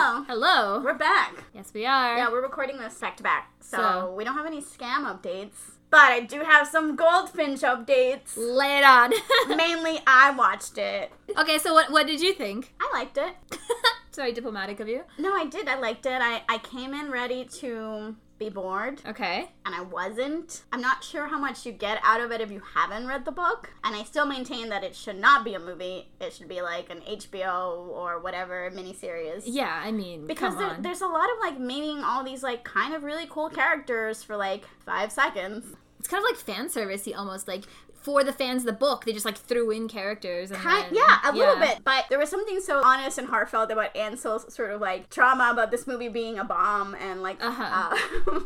Hello. We're back. Yes, we are. Yeah, we're recording this back to back, so, So. we don't have any scam updates. But I do have some goldfinch updates. Lay it on. Mainly, I watched it. okay, so what what did you think? I liked it. Sorry, diplomatic of you. No, I did. I liked it. I, I came in ready to be bored, Okay. and I wasn't. I'm not sure how much you get out of it if you haven't read the book. And I still maintain that it should not be a movie. It should be like an HBO or whatever miniseries. Yeah, I mean, because come there, on. there's a lot of like meeting all these like kind of really cool characters for like five seconds it's kind of like fan servicey almost like for the fans of the book, they just like threw in characters and kind, then- yeah a little bit but there was something so honest and heartfelt about ansel's sort of like trauma about this movie being a bomb and like uh Uh-huh.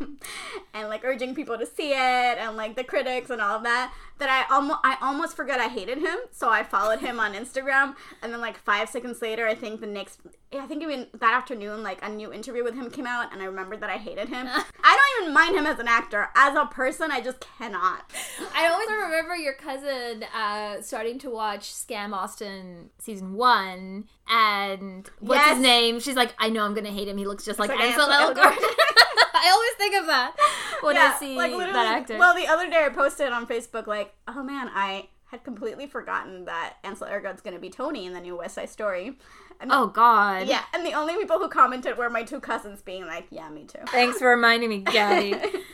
and like urging people to see it and like the critics and all of that that i almost i almost forgot i hated him so i followed him on instagram and then like five seconds later i think the next i think even that afternoon like a new interview with him came out and i remembered that i hated him i don't even mind him as an actor as a person i just cannot I always remember your cousin uh, starting to watch Scam Austin season one, and what's Yes. his name? She's like, I know I'm gonna hate him. He looks just like, like Ansel Ansel Elgort. Elgort. I always think of that when I see literally- that actor. Well, the other day I posted on Facebook like, oh man, I had completely forgotten that Ansel Elgort's going to be Tony in the new West Side Story. And oh God. yeah, and the only people who commented were my two cousins being like, yeah, me too. Thanks for reminding me, Gabby.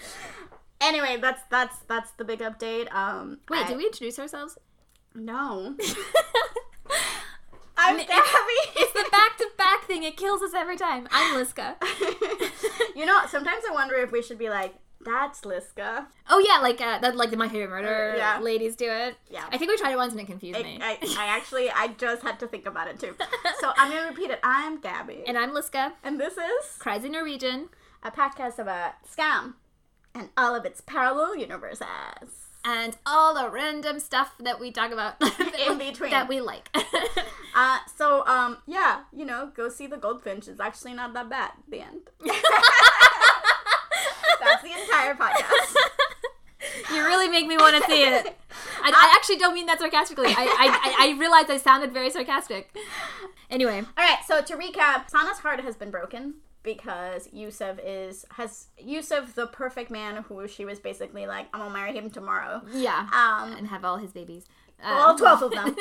Anyway, that's that's that's the big update. Um Wait, I- did we introduce ourselves? No. I'm It's- Gabby. It's the back to back thing. It kills us every time. I'm Liska. you know, sometimes I wonder if we should be like, that's Liska. Oh yeah, like uh, that, like the My Favorite Murder Uh, Yeah. ladies do it. Yeah. I think we tried it once and it confused me. I, I actually I just had to think about it too. So I'm gonna repeat it. I'm Gabby. and I'm Liska. And this is Cries in Norwegian. a podcast about scam and all of its parallel universes. and all the random stuff that we talk about In between. that we like. Uh, so, um, yeah, you know, go see The Goldfinch. It's actually not that bad. The end. That's the entire podcast. you really make me want to see it. I, I actually don't mean that sarcastically. I, I, I, I realized I sounded very sarcastic. Anyway, All right, so to recap, Sana's heart has been broken because Yusuf is has Yusuf the perfect man who she was basically like, I'm gonna marry him tomorrow. yeah, Um, and have all his babies. all Um, 12 of them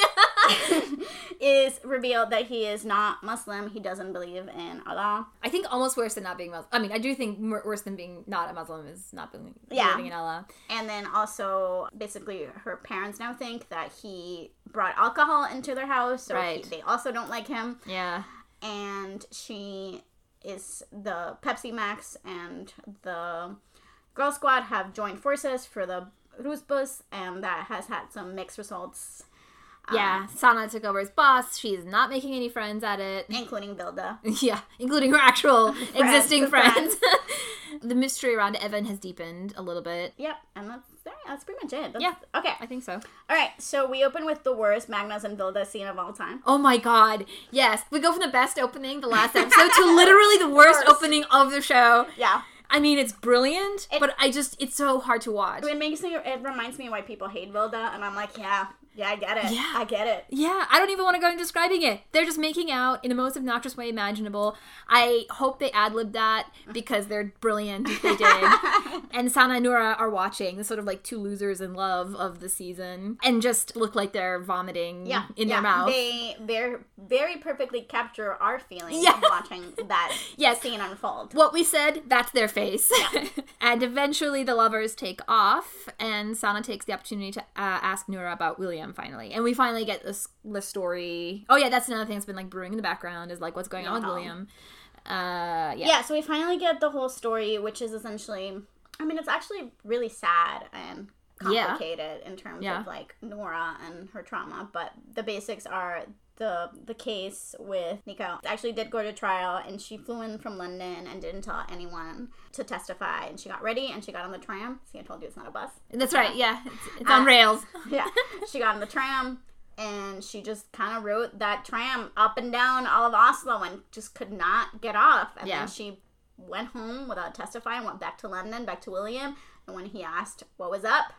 is revealed that he is not muslim he doesn't believe in allah I think almost worse than not being Muslim. I mean, I do think more, worse than being not a Muslim is not believing Yeah. believing in Allah. and then also basically her parents now think that he brought alcohol into their house so he- Right. they also don't like him Yeah, and she is the pepsi max and the girl squad have joined forces for the Rusbus, and that has had some mixed results yeah. Um, Sana took over as boss. She's not making any friends at it. including Vilda. Yeah, including her actual existing friends. friends. the mystery around Evan has deepened a little bit. Yep, and that's that's pretty much it. That's, Yeah. Okay. I think so. All right, so we open with the worst Magnus and Vilda scene of all time. Oh my god. Yes. We go from the best opening, the last episode, to literally the worst Worst. opening of the show. Yeah, I mean, it's brilliant, It- but I just, it's so hard to watch. it makes me. It reminds me why people hate Vilda, and I'm like, yeah, yeah, I get it. Yeah. I get it. yeah, I don't even want to go into describing it. They're just making out in the most obnoxious way imaginable. I hope they ad lib that because they're brilliant if they did. and Sana and Nura are watching, the sort of like two losers in love of the season, and just look like they're vomiting Yeah, in yeah. their mouth. They they very perfectly capture our feelings Yeah. watching that Yes. scene unfold. what we said, that's their face. and eventually the lovers take off, and Sana takes the opportunity to uh, ask Nura about William finally. And we finally get this, the story. Oh, yeah, that's another thing that's been like brewing in the background is like what's going on with Yeah. William. Uh, yeah. Yeah, so we finally get the whole story, which is essentially. I mean, it's actually really sad and Yeah. complicated in terms Yeah. of like Nora and her trauma, but the basics are the the case with Nico actually did go to trial and she flew in from London and didn't tell anyone to testify and she got ready and she got on the tram. See, I told you it's not a bus. That's right. Yeah. It's, it's on Uh, rails. yeah, she got on the tram and she just kind of rode that tram up and down all of Oslo and just could not get off. And Yeah. then she went home without testifying, went back to London, back to William. And when he asked what was up,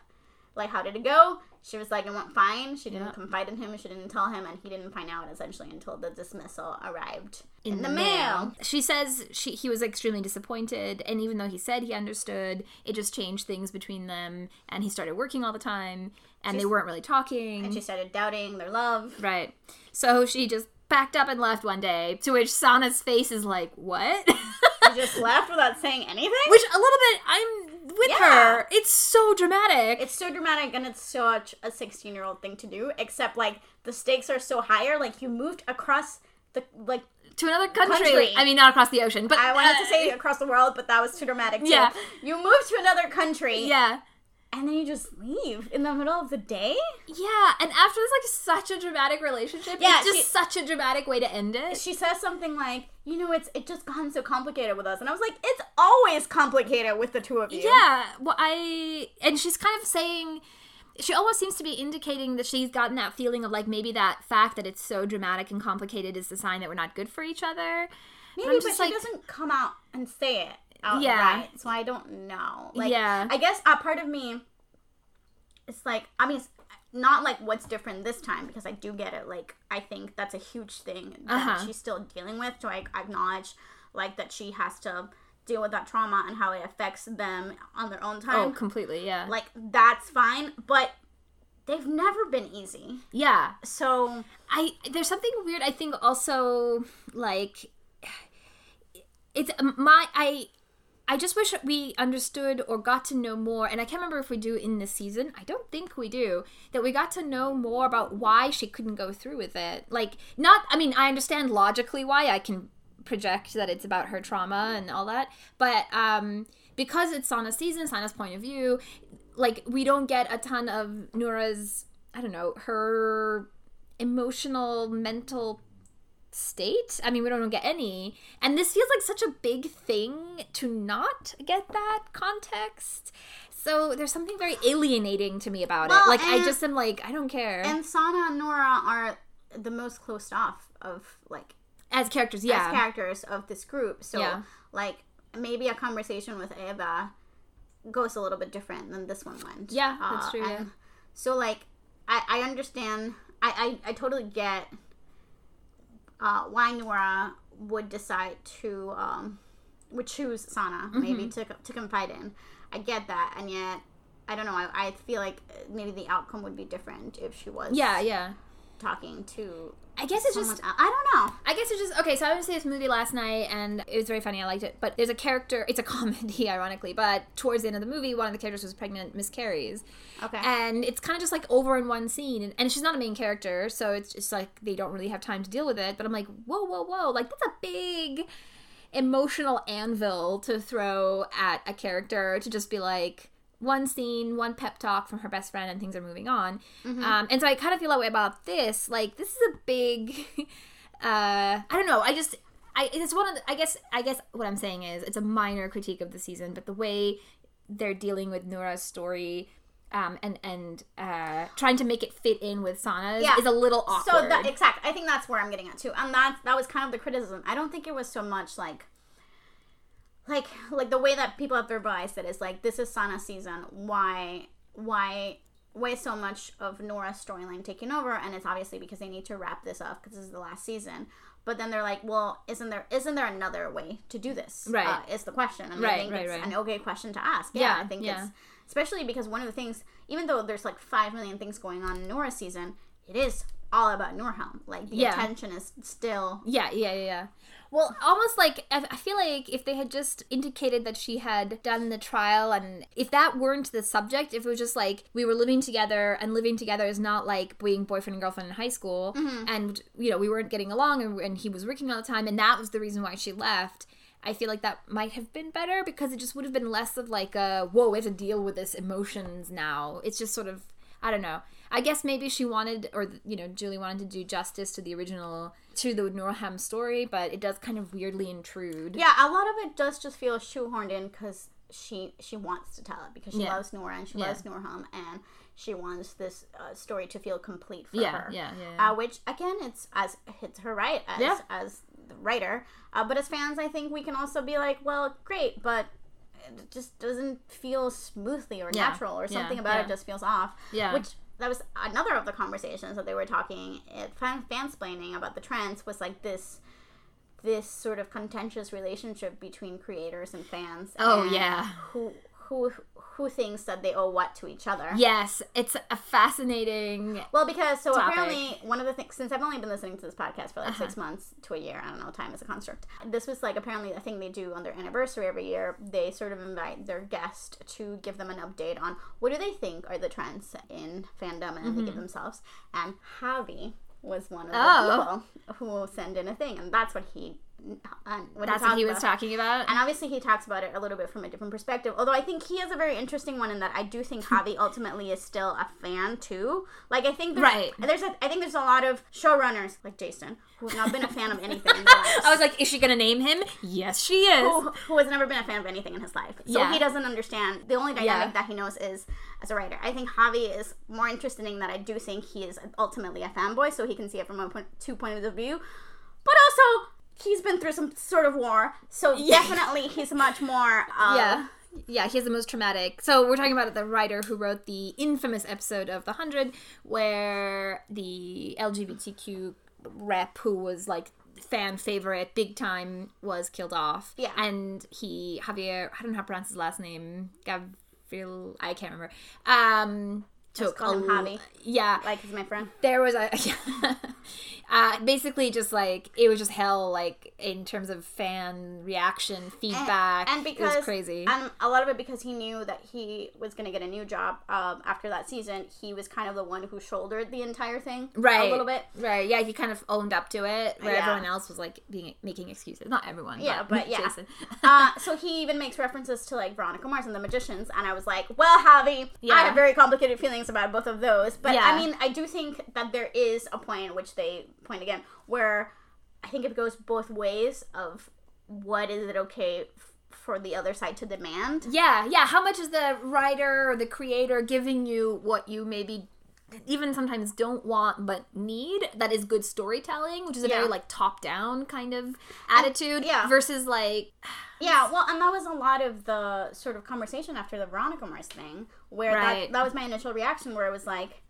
like, how did it go? She was like, it went fine. She didn't Yeah. confide in him. She didn't tell him, and he didn't find out essentially until the dismissal arrived in, the, mail. She says she he was extremely disappointed, and even though he said he understood, it just changed things between them, and he started working all the time, and they weren't really talking. She started doubting their love. right. So she just packed up and left one day. To which Sana's face is like, "What?" She just left without saying anything. which a little bit I'm with Yeah. her. It's so dramatic. It's so dramatic and it's such a 16 year old thing to do, except like the stakes are so higher. Like you moved across the, like, to another country. Country. I mean, not across the ocean, but I wanted uh, to say across the world, but that was too dramatic too. Yeah. You moved to another country yeah. and then you just leave in the middle of the day? Yeah, and after this, like, such a dramatic relationship. Yeah, it's just she- such a dramatic way to end it. She says something like, you know, it's it just gotten so complicated with us. And I was like, it's always complicated with the two of you. Yeah, well, I and she's kind of saying. She almost seems to be indicating that she's gotten that feeling of like maybe that fact that it's so dramatic and complicated is the sign that we're not good for each other. Maybe, I'm but just she like- doesn't come out and say it outright. Yeah. So I don't know. Like, Yeah. I guess a part of me, it's like, I mean, it's not like what's different this time because I do get it. Like, I think that's a huge thing that Uh-huh. she's still dealing with. So I acknowledge, like, that she has to deal with that trauma and how it affects them on their own Oh, time. completely. Yeah. Like, that's fine. But they've never been easy. yeah. So, I there's something weird. I think also like it's um, my I I just wish we understood or got to know more. And I can't remember if we do in this season. I don't think we do that. We got to know more about why she couldn't go through with it. Like not. I mean, I understand logically why I can project that it's about her trauma and all that, but um, because it's Sana's season, Sana's point of view, like we don't get a ton of Nora's. I don't know her emotional, mental state. I mean, we don't get any. And this feels like such a big thing to not get that context. So there's something very alienating to me about Well, it. Like, I and- just am like, I don't care. and Sana and Nora are the most closed off of, like, as characters, yeah. as characters of this group. So Yeah. like maybe a conversation with Eva goes a little bit different than this one went. Uh, Yeah, that's true, and So like I, I understand I, I, I totally get uh, why Nora would decide to um, would choose Sana maybe to Mm-hmm. to confide in. I get that, and yet I don't know. I, I feel like maybe the outcome would be different if she was yeah, yeah. talking to I guess it's someone. just el- I don't know. I guess it's just okay. So I went to see this movie last night, and it was very funny. I liked it. But there's a character. It's a comedy, ironically. But towards the end of the movie, one of the characters was pregnant, miscarries, Okay. and it's kind of just like over in one scene. And, and she's not a main character, so it's just like they don't really have time to deal with it. But I'm like, whoa, whoa, whoa! Like that's a big emotional anvil to throw at a character to just be like one scene, one pep talk from her best friend, and things are moving on. Um, and so I kind of feel that way about this. Like this is a big. Uh, I don't know. I just. I, it's one of the, I guess I guess what I'm saying is it's a minor critique of the season, but the way they're dealing with Nora's story um, and and uh, trying to make it fit in with Sana's Yeah. is a little awkward. So that exactly, I think that's where I'm getting at too, and that that was kind of the criticism. I don't think it was so much like, like like the way that people have verbalized it is like this is Sana season. Why why why is so much of Nora's storyline taking over? And it's obviously because they need to wrap this up because this is the last season. But then they're like, well, isn't there isn't there another way to do this? Right. uh, is the question, and I Right, think right, it's right. an okay question to ask. Yeah, Yeah, I think yeah. it's especially because one of the things, even though there's like five million things going on in Nora's season, it is all about Norhelm. Like the Yeah. attention is still Yeah, yeah, yeah, yeah. Well, almost like I I feel like if they had just indicated that she had done the trial, and if that weren't the subject, if it was just like we were living together, and living together is not like being boyfriend and girlfriend in high school, and you know we weren't getting along, and, and he was working all the time, and that was the reason why she left. I feel like that might have been better because it just would have been less of like a whoa, we have to deal with this emotions now. It's just sort of I don't know. I guess maybe she wanted, or you know, Julie wanted to do justice to the original, to the Norham story, but it does kind of weirdly intrude. yeah. A lot of it does just feel shoehorned in because she she wants to tell it because she Yeah. loves Nora and she loves Norhelm and she wants this uh, story to feel complete for yeah, her. yeah, yeah. yeah. Uh, which again, it's as it's her right as Yeah. as the writer, uh, but as fans, I think we can also be like, well, great, but it just doesn't feel smoothly or Yeah. natural or Yeah. something about Yeah. it just feels off. Yeah. Which that was another of the conversations that they were talking at fan fansplaining about the trends was like this this sort of contentious relationship between creators and fans. Oh, and yeah. Who who who thinks that they owe what to each other? Yes, it's a fascinating. Well, because so Topic. apparently one of the things since I've only been listening to this podcast for like Uh-huh. six months to a year, I don't know, time is a construct. This was like apparently a thing they do on their anniversary every year. They sort of invite their guest to give them an update on what do they think are the trends in fandom, and they Mm-hmm. give themselves. And Javi was one of the Oh. people who sent in a thing, and that's what he. Uh, what That's what talked he was about. talking about. And obviously, he talks about it a little bit from a different perspective. Although I think he has a very interesting one in that I do think Javi ultimately is still a fan too. Like I think there's, Right. There's a, I think there's a lot of showrunners like Jason who have not been a fan of anything. in their lives. I was like, is she gonna name him? Yes, she is. who, who has never been a fan of anything in his life. So Yeah. he doesn't understand. The only dynamic Yeah. that he knows is as a writer. I think Javi is more interested in that I do think he is ultimately a fanboy, so he can see it from a point, two points of view. But also, he's been through some sort of war, so definitely he's much more. Um, Yeah. Yeah, he has the most traumatic. So we're talking about the writer who wrote the infamous episode of The Hundred, where the LGBTQ rep who was like fan favorite big time was killed off. Yeah. and he Javier, I don't know how to pronounce his last name, Gavril, I can't remember. Um, took call him a- Javi. Yeah, Like he's my friend. there was a uh, basically just like it was just hell like in terms of fan reaction feedback and because it was crazy and a lot of it because he knew that he was going to get a new job um, after that season he was kind of the one who shouldered the entire thing right a little bit right yeah he kind of owned up to it where Yeah. everyone else was like being making excuses not everyone Yeah, but yeah. Jason. uh, so he even makes references to like Veronica Mars and the Magicians, and I was like, "Well, Javi, I Yeah. have very complicated feelings about both of those." But Yeah. I mean, I do think that there is a point at which they point again where I think it goes both ways of what is it okay f- for the other side to demand. yeah yeah how much is the writer or the creator giving you what you maybe even sometimes don't want but need that is good storytelling which is a Yeah. very like top down kind of attitude yeah. versus like Yeah, well, and that was a lot of the sort of conversation after the Veronica Mars thing, where Right. that, that was my initial reaction, where it was like,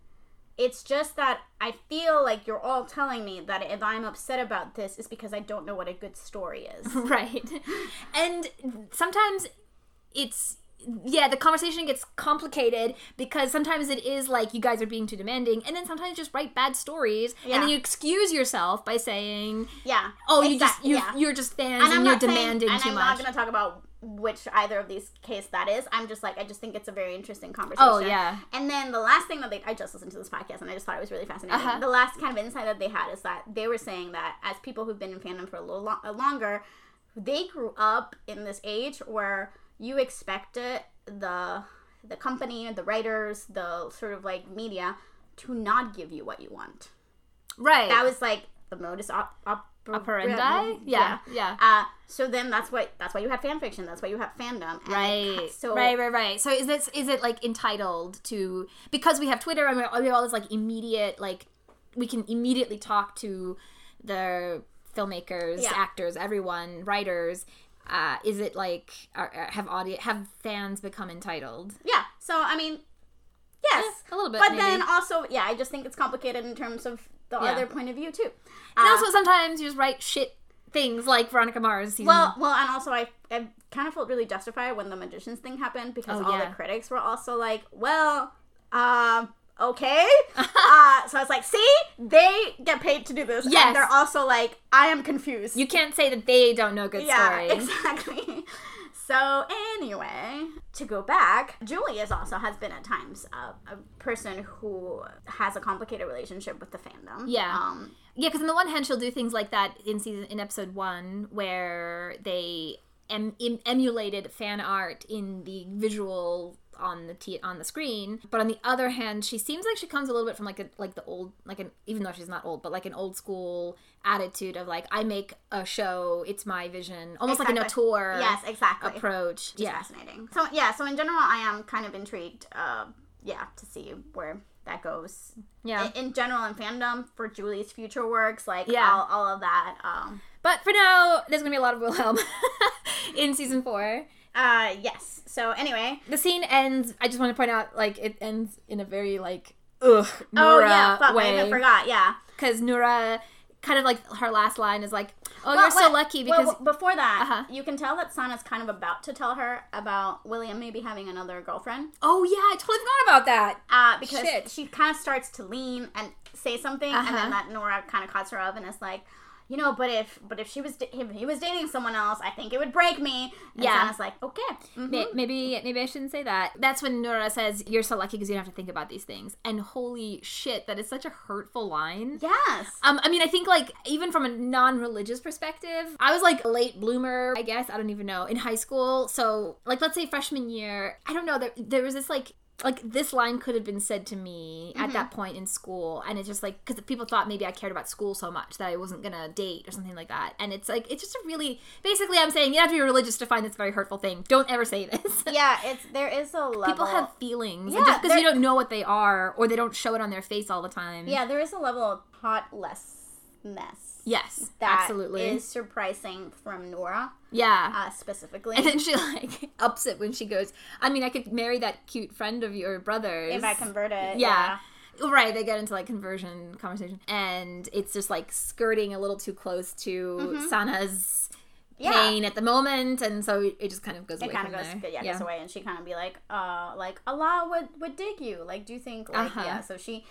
it's just that I feel like you're all telling me that if I'm upset about this, it's because I don't know what a good story is. right and sometimes it's yeah the conversation gets complicated because sometimes it is like you guys are being too demanding and then sometimes just write bad stories Yeah. and then you excuse yourself by saying yeah. oh you just exact- you, yeah. you're just fans and, you're demanding saying, and too I'm much not going to talk about which either of these case that is. I'm just like, I just think it's a very interesting conversation. Oh, yeah. And then the last thing that they, I just listened to this podcast and I just thought it was really fascinating. Uh-huh. The last kind of insight that they had is that they were saying that as people who've been in fandom for a little lo- uh, longer, they grew up in this age where you expected the the company, the writers, the sort of like media to not give you what you want. right That was like the modus op- op- operandi yeah yeah, uh, so then that's why that's why you had fan fiction. That's why you have fandom. And it ca- Right. So right, right, right. So is this is it like entitled to because we have Twitter and we we have all this like immediate like we can immediately talk to the filmmakers, Yeah. actors, everyone, writers. Uh, is it like are, are- have audio have fans become entitled? yeah. So I mean, yes, Yeah, a little bit, But maybe. then also, yeah, I just think it's complicated in terms of the other point of view too. And Uh, also sometimes you just write shit things like Veronica Mars season. well, well, and also I, I kind of felt really justified when the magicians thing happened because Oh, all yeah. the critics were also like, well, um. Okay, uh, so I was like, "See, they get paid to do this, Yes. and they're also like, I am confused." you can't say that they don't know good Yeah, stories. exactly. So anyway, to go back, Julie is also has been at times a, a person who has a complicated relationship with the fandom. Yeah. Um, Yeah, because on the one hand, she'll do things like that in season in episode one, where they em- em- emulated fan art in the visual on the t- on the screen. But on the other hand, she seems like she comes a little bit from like a, like the old like an even though she's not old, but like an old school attitude of like I make a show, it's my vision, almost like an Exactly. auteur yes, exactly. approach. It's Yeah, Fascinating. So yeah, so in general, I am kind of intrigued. Uh, yeah, to see where that goes. yeah. In, in general, in fandom for Julie's future works, like Yeah. all, all of that. Um, But for now, there's gonna be a lot of Wilhelm in season four. Uh, yes. So anyway, The scene ends. I just want to point out, like, it ends in a very like ugh oh Nora yeah, fuck, I even way forgot. Yeah. because Nora kind of like her last line is like, "Oh, Well, you're so wait, lucky well, because." w- before that, Uh-huh. you can tell that Sana's kind of about to tell her about William maybe having another girlfriend. oh yeah, I totally forgot about that. Uh, because Shit. she kind of starts to lean and say something, and Uh-huh. then that Nora kind of cuts her up and is like, you know, but if but if she was da- if he was dating someone else, I think it would break me. And Yeah. Mm-hmm. Sana's like, okay, mhm." May- Maybe maybe I shouldn't say that. That's when Nora says, "You're so lucky because you don't have to think about these things." And holy shit, that is such a hurtful line. yes, Um, I mean, I think like even from a non-religious perspective, I was like a late bloomer, I guess. I don't even know in high school. So like, let's say freshman year, I don't know. There, there was this like like this line could have been said to me Mm-hmm. at that point in school and it's just like because people thought maybe i cared about school so much that i wasn't gonna date or something like that and it's like it's just a really basically i'm saying you have to be religious to find this very hurtful thing don't ever say this yeah, it's there is a level. people have feelings Yeah, and just because you they're- don't know what they are or they don't show it on their face all the time yeah, there is a level of thoughtlessness. yes That absolutely is surprising from Nora yeah uh, specifically. And then she like ups it when she goes, I mean, I could marry that cute friend of your brother's. if I convert it, Yeah. Right, they get into like conversion conversation. And it's just like skirting a little too close to Sana's Mm-hmm. Yeah. pain at the moment. And so it just kind of goes it away. kind of from goes there. yeah, goes away and she kind of be like uh like allah would would dig you like do you think like Uh-huh. yeah so she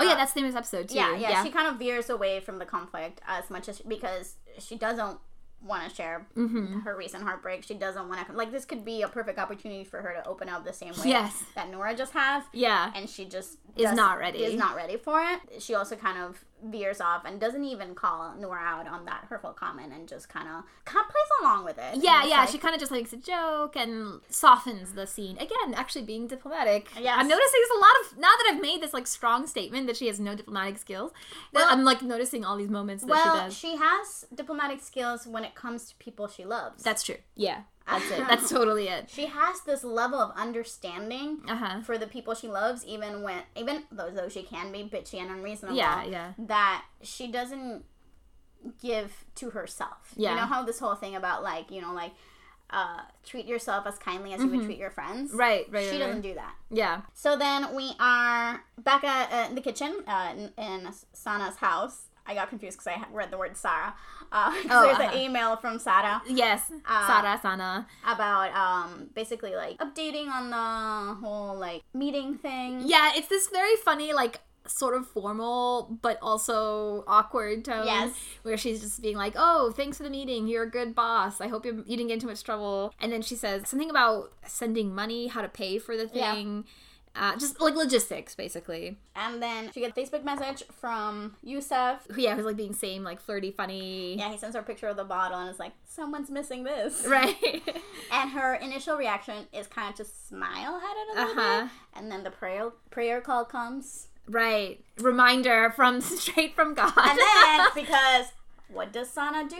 Oh, uh, yeah, that's the name of this episode, too. yeah, yeah she kind of veers away from the conflict as much as because she doesn't want to share Mm-hmm. her recent heartbreak she doesn't want to like this could be a perfect opportunity for her to open up the same way Yes. that nora just has Yeah. and she just Is does- not ready. Is not ready for it. She also kind of veers off and doesn't even call Nora out on that hurtful comment, and just kind of kind of plays along with it. Yeah, And it's yeah. like- she kind of just makes a joke and softens the scene. Again, actually being diplomatic. Yes. I'm noticing there's a lot of now that I've made this like strong statement that she has no diplomatic skills. that Well- I'm like noticing all these moments that she Well, does. she, has diplomatic skills when it comes to people she loves. That's true. Yeah, that's it. That's totally it. she has this level of understanding Uh huh. for the people she loves, even when even though though she can be bitchy and unreasonable. Yeah, yeah. That she doesn't give to herself. Yeah. You know how this whole thing about like you know like uh, treat yourself as kindly as you would treat your friends. Mm-hmm. Right, right, She right, doesn't right. do that. Yeah. So then we are back at, uh, in the kitchen uh, in, in Sana's house. I got confused because I had read the word Sarah. Uh, 'cause Oh, there's uh-huh. an email from Sarah Yes. Uh, Sara, Sana. about um, basically like updating on the whole like meeting thing. Yeah, it's this very funny, like sort of formal but also awkward tone. Yes. Where she's just being like, "Oh, thanks for the meeting. You're a good boss. I hope you're, you didn't get into much trouble." And then she says something about sending money, how to pay for the Yeah. thing. Uh, just like logistics, basically. And then she gets a Facebook message from Yusef. Who- Yeah, who's like being same, like flirty, funny, Yeah, he sends her a picture of the bottle and is like, someone's missing this. right? And her initial reaction is kind of to smile at it a little Uh-huh. bit. And then the prayer prayer call comes. right. Reminder from straight from God. And then because what does Sana do?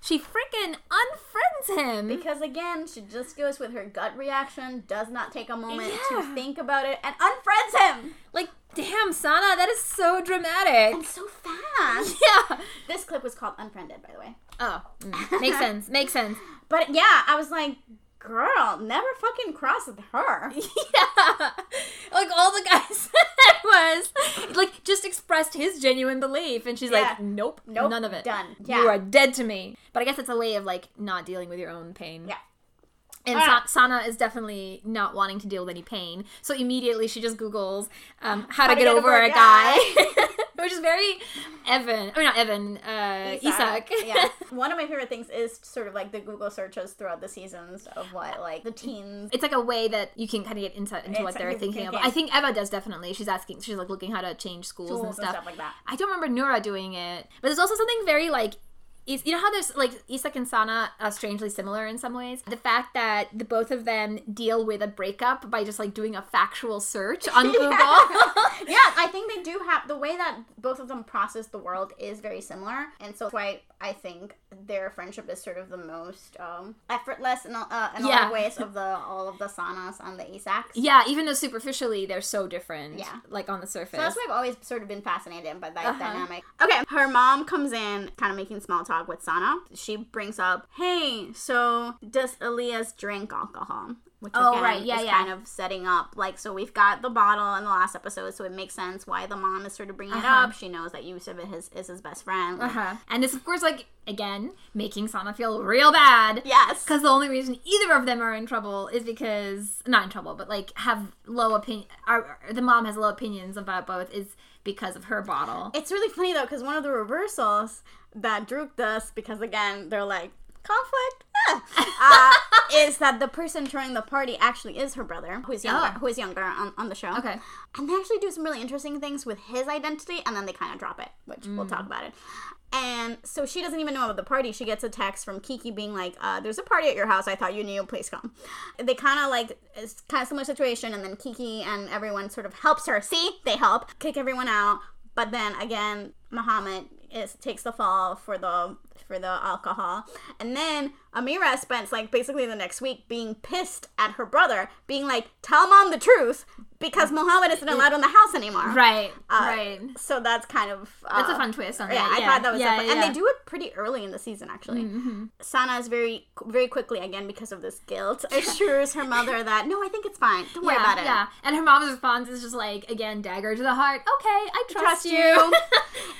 she freaking unfriends him. Because again, she just goes with her gut reaction, does not take a moment to Yeah. think about it, and unfriends him. like, damn, Sana, that is so dramatic. And so fast. Yeah. this clip was called Unfriended, by the way. Oh, mm. makes sense. Makes sense. But yeah, I was like, girl, never fucking cross with her. Yeah, like all the guys that was like just expressed his genuine belief, and she's Yeah. like, "Nope, Nope, none of it. done. You Yeah. are dead to me." But I guess it's a way of like not dealing with your own pain. Yeah. And Ah. Sa- Sana is definitely not wanting to deal with any pain, so immediately she just Google's um, how, to, get, over, a guy, which is very Evan. I mean, not Evan. Uh, Isak. yeah. One of my favorite things is sort of like the Google searches throughout the seasons of what like the teens. it's like a way that you can kind of get insight into what Insight they're into thinking thinking. about. I think Eva does definitely. She's asking. She's like looking how to change schools, Schools and, stuff. like that. I don't remember Nura doing it, but there's also something very like. Is, you know how there's like Isak and Sana are strangely similar in some ways. The fact that the both of them deal with a breakup by just like doing a factual search on Google. yeah, I think they do have the way that both of them process the world is very similar, and so that's why I think their friendship is sort of the most um, effortless in, uh, in all Yeah. the ways of the all of the Sanas and the Isaks. Yeah, even though superficially they're so different. Yeah. Like on the surface. So that's why I've always sort of been fascinated by that Uh-huh. dynamic. Okay, her mom comes in, kind of making small talk with Sana. She brings up, "Hey, so does Elias drink alcohol?" Which Oh, again right, yeah, is yeah. kind of setting up like so we've got the bottle in the last episode, so it makes sense why the mom is sort of bringing Uh-huh. it up. She knows that Yusuf is his, is his best friend. like- uh-huh. And it's of course like again, making Sana feel real bad. Yes, Because the only reason either of them are in trouble is because not in trouble, but like have low opinion. Are, the mom has low opinions about both is because of her bottle. It's really funny though, because one of the reversals that Druk does, because again, they're like, conflict, ah," uh, is that the person throwing the party actually is her brother, who's younger, Oh. who is younger on, on the show. Okay. And they actually do some really interesting things with his identity, and then they kind of drop it, which we'll talk about it. And so she doesn't even know about the party. She gets a text from Kiki being like, uh, "There's a party at your house. I thought you knew. Please come." They kind of like it's kind of similar situation, and then Kiki and everyone sort of helps her. See, they help kick everyone out, but then again, Muhammad is takes the fall for the for the alcohol, and then Amira spends like basically the next week being pissed at her brother, being like, "Tell mom the truth." Because Muhammad isn't allowed in the house anymore. Uh, Right. right. So that's kind of uh, That's a fun twist on yeah, that. I thought that was yeah, so fun. yeah, and yeah. Mm-hmm. they do it pretty early in the season actually. Sana is very very quickly again because of this guilt assures her mother that no, I think it's fine. Don't worry yeah, about it. Yeah. And her mom's response is just like, again, dagger to the heart. Okay, I trust, Trust you. you.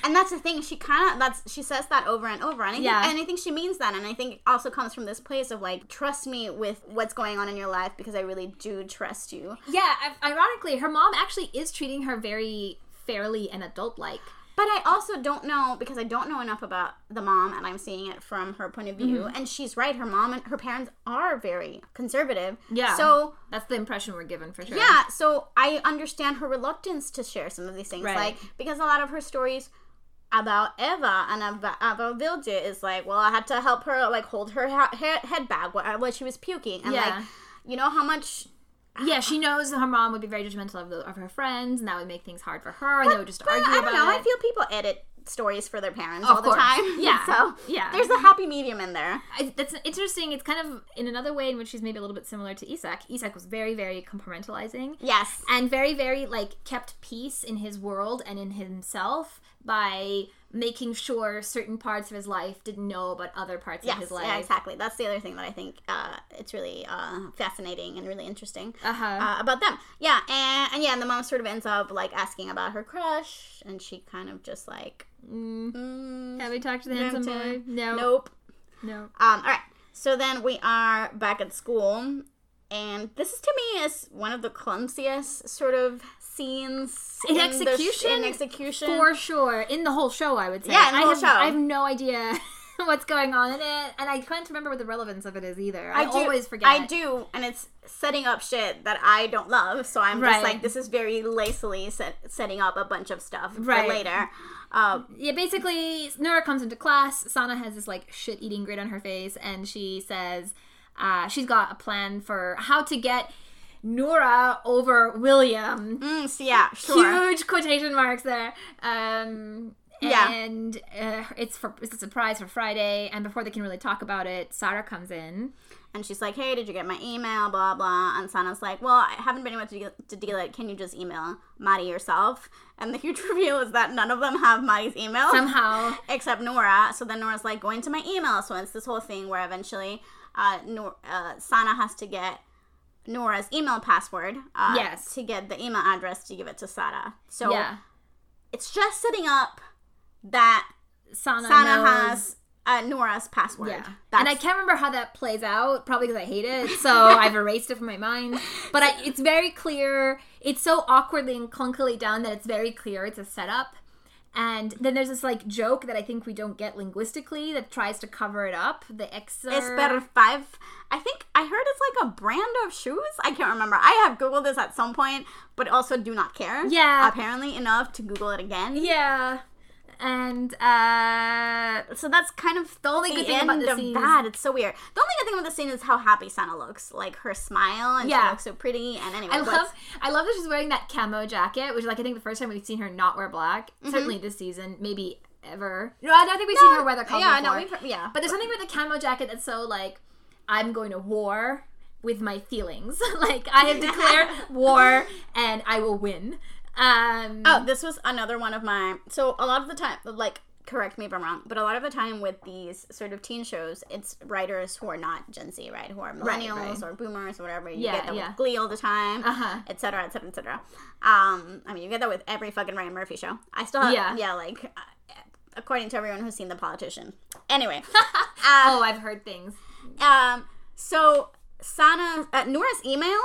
And that's the thing. She kind of that's she says that over and over, and I think, Yeah. and I think she means that. And I think it also comes from this place of like, trust me with what's going on in your life because I really do trust you. yeah, I- ironically, her mom actually is treating her very fairly and adult like. But I also don't know because I don't know enough about the mom, and I'm seeing it from her point of view. Mm-hmm. And she's right. Her mom and her parents are very conservative. Yeah. So That's the impression we're given for sure. yeah. So I understand her reluctance to share some of these things, Right. like because a lot of her stories about Eva and about, about Vilja is like, well, I had to help her like hold her ha- he- head back wh- when she was puking, and Yeah. like, you know how much Yeah, she knows that her mom would be very judgmental of, the, of her friends, and that would make things hard for her, and they would just I, argue I about don't know. it. I feel people edit stories for their parents all the course. time. Yeah. so Yeah. there's a happy medium in there. I, that's interesting. It's kind of in another way in which she's maybe a little bit similar to Isak. Isak was very, very compartmentalizing. Yes. and very very like kept peace in his world and in himself by making sure certain parts of his life didn't know about other parts Yes, of his life yeah, exactly. That's the other thing that I think uh, it's really uh, fascinating and really interesting uh-huh uh, about them. Yeah, and, and yeah, and the mom sort of ends up like asking about her crush, and she kind of just like, Mm. mm, have we talked to the handsome boy no nope. no Um, all right. So then we are back at school, and this is to me is one of the clumsiest sort of scenes In the sh- execution? in execution. for sure in the whole show i would say Yeah, in the I whole have, show. i have no idea what's going on in it and i can't remember what the relevance of it is either i, do- always forget I do, and it's setting up shit that I don't love. So I'm Right. just like, this is very lacily set, setting up a bunch of stuff Right. for later. Um, Yeah, basically, Nora comes into class. Sana has this like shit eating grit on her face, and she says uh, she's got a plan for how to get Nora over William. mm, so yeah, sure. Huge quotation marks there. Um, Yeah. and uh, it's for it's a surprise for Friday, and before they can really talk about it, Sarah comes in. And she's like, hey, did you get my email? Blah blah. And Sana's like, well, I haven't been able to deal, to deal it. Can you just email Maddie yourself? And the huge reveal is that none of them have Maddie's email Somehow, except Nora. So then Nora's like, going to my email. So it's this whole thing where eventually, uh, Nor- uh Sana has to get Nora's email password. Uh, Yes. To get the email address to give it to Sada. So yeah, it's just setting up that Sana, Sana knows. has uh, Nora's password. Yeah. That's, and I can't remember how that plays out, probably because I hate it, so I've erased it from my mind. But I, it's very clear. It's so awkwardly and clunkily done that it's very clear it's a setup. And then there's this like joke that I think we don't get linguistically that tries to cover it up. The X. it's better five. I think I heard it's like a brand of shoes. I can't remember. I have Googled this at some point, but also do not care. Yeah. Apparently enough to Google it again. Yeah. And uh So that's kind of the only good thing about the scene is- that. It's so weird. The only good thing about the scene is how happy Sana looks, like her smile, and Yeah. she looks so pretty. And anyway, I what's- love I Mm-hmm. love that she's wearing that camo jacket, which like I think the first time we've seen her not wear black. Certainly this season, maybe ever. No, I don't think we've seen her wear that costume yeah, before. no, we've, yeah. But there's something with the camo jacket that's so like, I'm going to war with my feelings. like I have declared war and I will win. Um, Oh, this was another one of my. So a lot of the time, like, correct me if I'm wrong, but a lot of the time with these sort of teen shows, it's writers who are not Gen Z, right? Who are millennials or boomers or whatever. You Yeah, get that yeah. with Glee all the time, Uh-huh. et cetera, et cetera, et cetera. Um, I mean, you get that with every fucking Ryan Murphy show. I still have, Yeah. yeah, like, uh, according to everyone who's seen The Politician. Anyway, uh, oh, I've heard things. um, so Sana, uh, Nora's email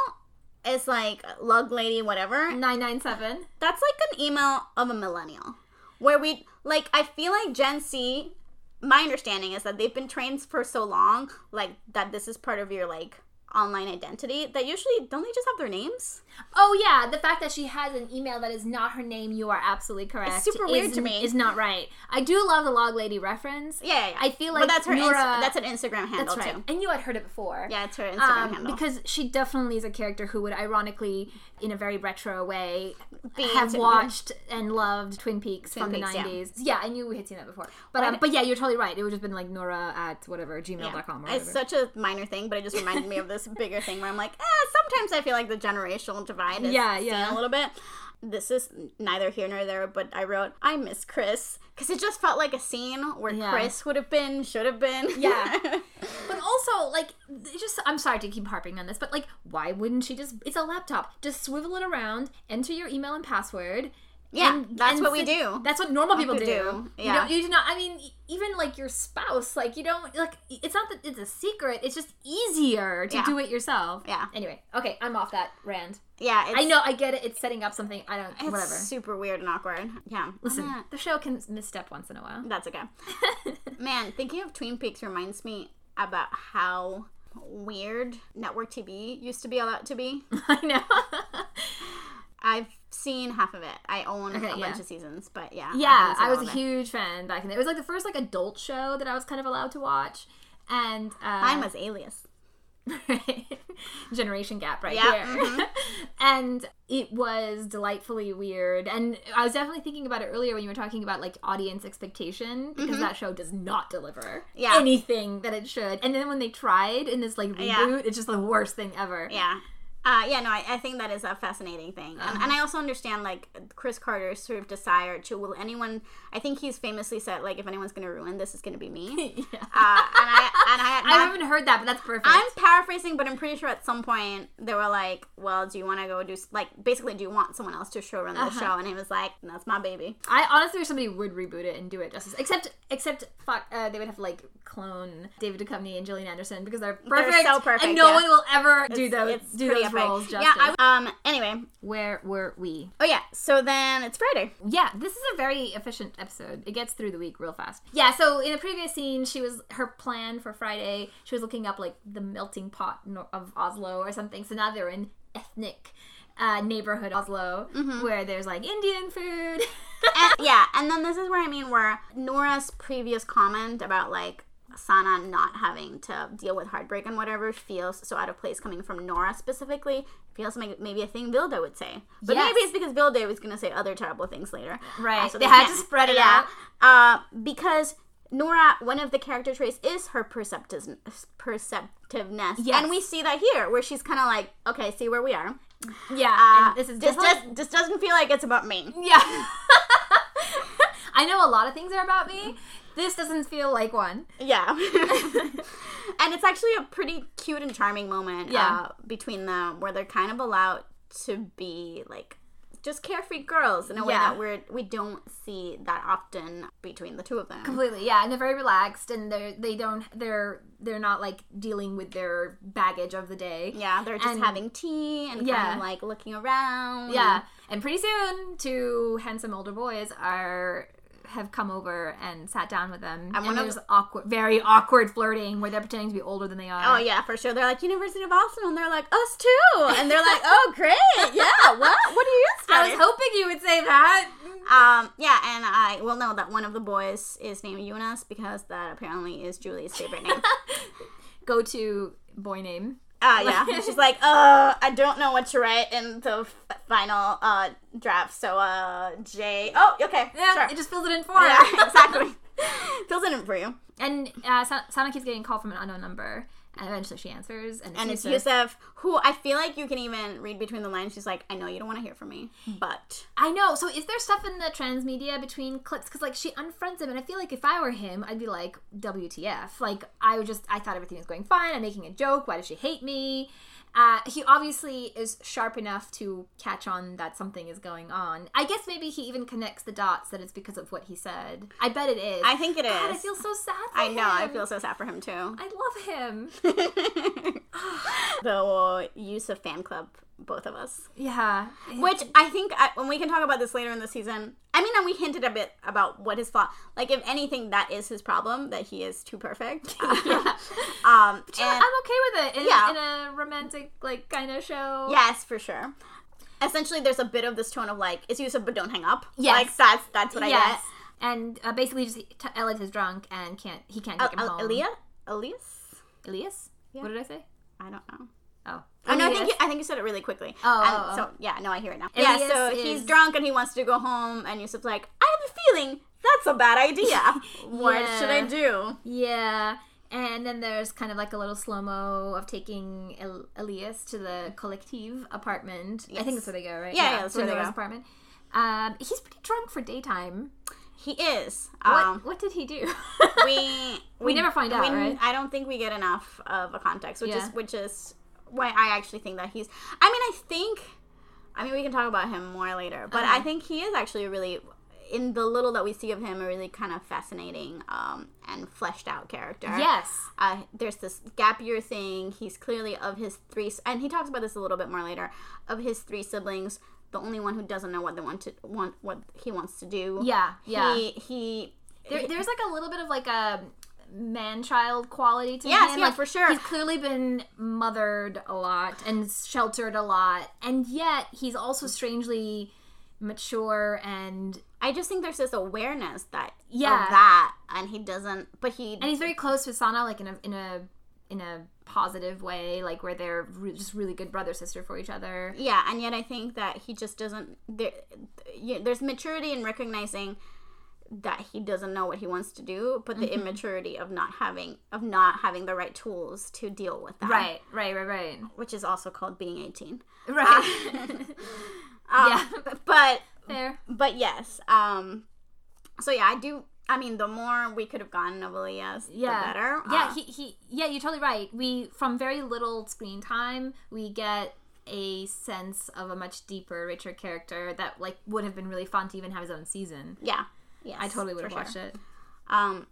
is like lug lady, whatever Nine nine seven. that's like an email of a millennial where we like i feel like gen c my understanding is that they've been trained for so long like that this is part of your like online identity that usually don't they just have their names Oh yeah, the fact that she has an email that is not her name, you are absolutely correct. It's super weird is- to me. Is not right. I do love the log lady reference. yeah, yeah, yeah. I feel But like that's her Insta- Nora- that's an instagram handle That's right. too And you had heard it before. yeah it's her instagram Um, handle because she definitely is a character who would ironically, in a very retro way, Be have into- watched and loved Twin Peaks Twin from Peaks, the yeah. 90s. Yeah. I knew we had seen that before. But um, but yeah, you're totally right. It would have been like Nora at whatever, Yeah. gmail.com or It's whatever. such a minor thing, but it just reminded me of this bigger thing where I'm like, eh, sometimes I feel like the generational divide is Yeah, yeah, yeah. a little bit. This is neither here nor there, but I wrote, I miss Chris. Because it just felt like a scene where Yeah. Chris would have been, should have been. Yeah. But also, like, it just I'm sorry to keep harping on this, but like, why wouldn't she just? It's a laptop. Just swivel it around, enter your email and password. Yeah, that's what we sit- do. That's what normal people do. People do, yeah. You, don't- you do not. I mean, e- even like your spouse, like you don't like. It's not that it's a secret. It's just easier to Yeah. do it yourself. Yeah. Anyway, okay, I'm off that rant. yeah, it's, I know. I get it. It's setting up something. I don't. It's whatever. super weird and awkward. Yeah. Listen, Yeah. the show can misstep once in a while. That's okay. Man, thinking of Twin Peaks reminds me about how weird network TV used to be allowed to be. I know. I've seen half of it. I own Okay, a yeah. bunch of seasons, but yeah. I Yeah, haven't seen I was all a of it. huge fan back in the It was like the first like adult show that I was kind of allowed to watch. And uh, Mine was Alias. generation gap right Yeah, mm-hmm. here. and it was delightfully weird. And I was definitely thinking about it earlier when you were talking about like audience expectation because that show does not deliver Mm-hmm. Yeah. anything that it should. And then when they tried in this like reboot, Yeah. it's just the worst thing ever. Yeah. Uh, yeah, no, I, I think that is a fascinating thing. And, Uh-huh. and I also understand, like, Chris Carter's sort of desire to, will anyone, I think he's famously said, like, if anyone's going to ruin this, it's going to be me. uh, and I, and I, I haven't heard that, but that's perfect. I'm paraphrasing, but I'm pretty sure at some point they were like, well, do you want to go do, s- like, basically, do you want someone else to showrun Uh-huh. the show? And he was like, that's my baby. I honestly wish somebody would reboot it and do it justice. Except, except, fuck, uh, they would have to like clone David Duchovny and Gillian Anderson because they're perfect. so perfect, and no yeah. one will ever do those It's do pretty those epic. roles justice. Yeah, I, um, anyway. Where were we? Oh, yeah, so then it's Friday. Yeah, this is a very efficient episode. It gets through the week real fast. Yeah, so in the previous scene, she was her plan for Friday. She was looking up like the melting pot no- of Oslo or something. So now they're in ethnic uh, neighborhood Oslo Mm-hmm. where there's like Indian food. and, yeah, and then this is where I mean where Nora's previous comment about like Sana not having to deal with heartbreak and whatever feels so out of place coming from Nora specifically feels like maybe a thing Vilda would say, but Yes. maybe it's because Vilda was gonna say other terrible things later. Right. Uh, so They had to can't- spread it Uh, because. Nora, one of the character traits is her perceptis- perceptiveness. Yes. And we see that here, where she's kind of like, okay, see where we are. yeah, Uh, and this is this, definitely does, this doesn't feel like it's about me. Yeah. I know a lot of things are about me. This doesn't feel like one. Yeah. and it's actually a pretty cute and charming moment Yeah. uh, between them where they're kind of allowed to be like just carefree girls in a way Yeah. that we're we don't see that often between the two of them. Completely, yeah. And they're very relaxed, and they are they don't they're they're not like dealing with their baggage of the day. Yeah, they're just And- having tea and Yeah. kind of like looking around. yeah. And pretty soon, two handsome older boys are have come over and sat down with them. And, one of there's awkward, very awkward flirting where they're pretending to be older than they Oh are. yeah, for sure. They're like University of Boston, and they're like us too, and they're like, oh great, yeah. What? What are you I started? was hoping you would say that. Um, yeah, and I will know that one of the boys is named Eunice because that apparently is Julie's favorite name. Go to boy name. Uh, yeah. She's like, uh, I don't know what to write in the f- final uh, draft. So, uh, J. Oh, okay. Yeah, sure. it just fills it in for her. yeah, exactly. Fills it in for you. And uh, Sa- Sana keeps getting called from an unknown number, and eventually she answers, and it's, And it's Yusuf. Yusuf, who I feel like you can even read between the lines. She's like, I know you don't want to hear from me, but. I know. So is there stuff in the transmedia between clips? Because like she unfriends him, and I feel like if I were him, I'd be like, WTF? Like I would just I thought everything was going fine. I'm making a joke. Why does she hate me? Uh, he obviously is sharp enough to catch on that something is going on. I guess maybe he even connects the dots that it's because of what he said. I bet it is. I think it is. God, I feel so sad. For I know. I him. feel so sad for him too. I love him. the Yusuf fan club, both of us. Yeah. Which I think I, when we can talk about this later in the season. I mean, and we hinted a bit about what his flaw. Like, if anything, that is his problem that he is too perfect. um, and- I'm okay with it in, Yeah. in a romantic like kind of show. yes, for sure. Essentially, there's a bit of this tone of like, it's Yusuf, but don't hang up. Yes. like that's that's what yes. And uh, basically, just t- Elliot is drunk and can't he can't I take get. El- him home. El- Elia, Elias, Elias? What did I say? I don't know. Oh, Oh, no, I think Elias. you, I think you said it really quickly. Oh, And oh, oh. so yeah, no, I hear it now. yeah, Elias so is- he's drunk and he wants to go home, and Yusuf's like, I have a feeling that's a bad idea. what Yeah. should I do? yeah. And then there's kind of like a little slow mo of taking El- Elias to the collective apartment. I think that's where they go, right? Yeah, yeah, that's to where they Nora's go. apartment. Um, he's pretty drunk for daytime. He is. What, Um, what did he do? we, we never find out, right? I don't think we get enough of a context, which Yeah. is which is why I actually think that he's. I mean, I think. I mean, we can talk about him more later, but I think he is actually a really, in the little that we see of him, a really kind of fascinating um, and fleshed out character. yes. uh, there's this gap year thing. He's clearly of his three, and he talks about this a little bit more later. Of his three siblings, the only one who doesn't know what they want to want what he wants to do. Yeah, yeah. He he. There, there's like a little bit of like a man child quality to Yes, him. yeah, like, for sure. He's clearly been mothered a lot and sheltered a lot, and yet he's also strangely mature and I just think there's this awareness that Yeah. of that, and he doesn't. But he and he's very close with Sana, like in a in a in a positive way, like where they're re- just really good brother sister for each other. yeah, and yet I think that he just doesn't. There, you, there's maturity in recognizing that he doesn't know what he wants to do, but Mm-hmm. the immaturity of not having of not having the right tools to deal with that. Right, right, right, right, which is also called being 18 right. um, Yeah. but there. but yes um so yeah i do i mean the more we could have gotten of elias yeah. the better Yeah, Uh, he, he yeah, you're totally right. We from very little screen time, we get a sense of a much deeper, richer character that like would have been really fun to even have his own season. yeah yes, I totally would have for watched sure. it. um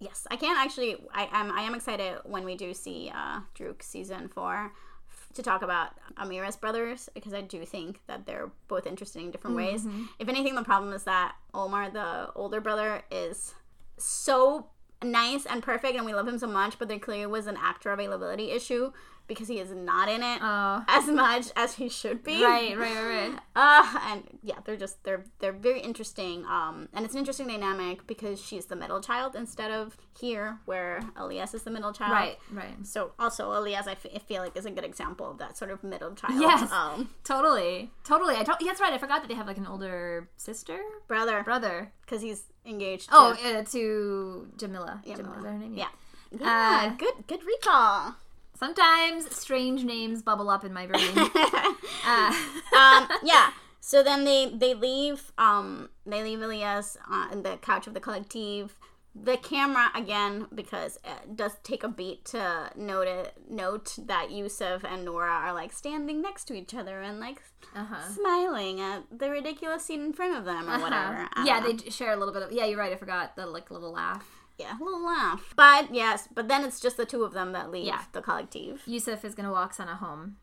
yes i can actually i am i am excited when we do see uh druk season four f- to talk about Amira's brothers because I do think that they're both interesting in different ways. Mm-hmm. If anything, the problem is that Omar, the older brother, is so nice and perfect and we love him so much but there clearly was an actor availability issue because he is not in it Oh. as much as he should be Right, right, right, right. uh, and yeah they're just they're they're very interesting um and it's an interesting dynamic because she's the middle child instead of here where elias is the middle child Right, right. so also elias I f- I feel like is a good example of that sort of middle child Yes. um Totally. Totally. I to- yeah, that's right. I forgot that they have like an older sister, brother brother. because he's engaged Oh, to- uh, to Jamila. Jamila. Jamila. Is that her name? yeah yeah Uh, good good recall Sometimes strange names bubble up in my brain. uh, um, yeah. So then they they leave um they leave Elias on the couch of the collective. The camera again because it does take a beat to note it, note that Yusuf and Nora are like standing next to each other and like uh-huh. smiling at the ridiculous scene in front of them or whatever. I Uh-huh. Yeah, don't know. they j- share a little bit of. Yeah, you're right. I forgot the like little laugh. yeah, a little laugh. But yes, but then it's just the two of them that leave Yeah. the collective. Yusuf is gonna walk Sana home.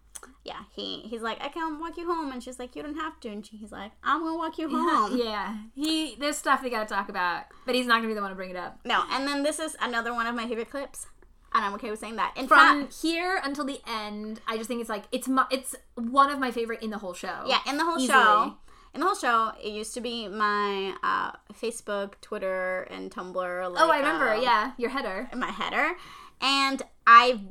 Yeah, he he's like, I can walk you home, and she's like, you don't have to, and she, he's like, I'm gonna walk you home. Yeah, he. There's stuff they gotta talk about, but he's not gonna be the one to bring it up. No, and then this is another one of my favorite clips, and I'm okay with saying that. In From fact, here until the end, I just think it's like it's my, it's one of my favorite in the whole show. yeah, in the whole easily. show, in the whole show, it used to be my uh, Facebook, Twitter, and Tumblr. Like, Oh, I Oh, remember. um, yeah, your header. my header, and I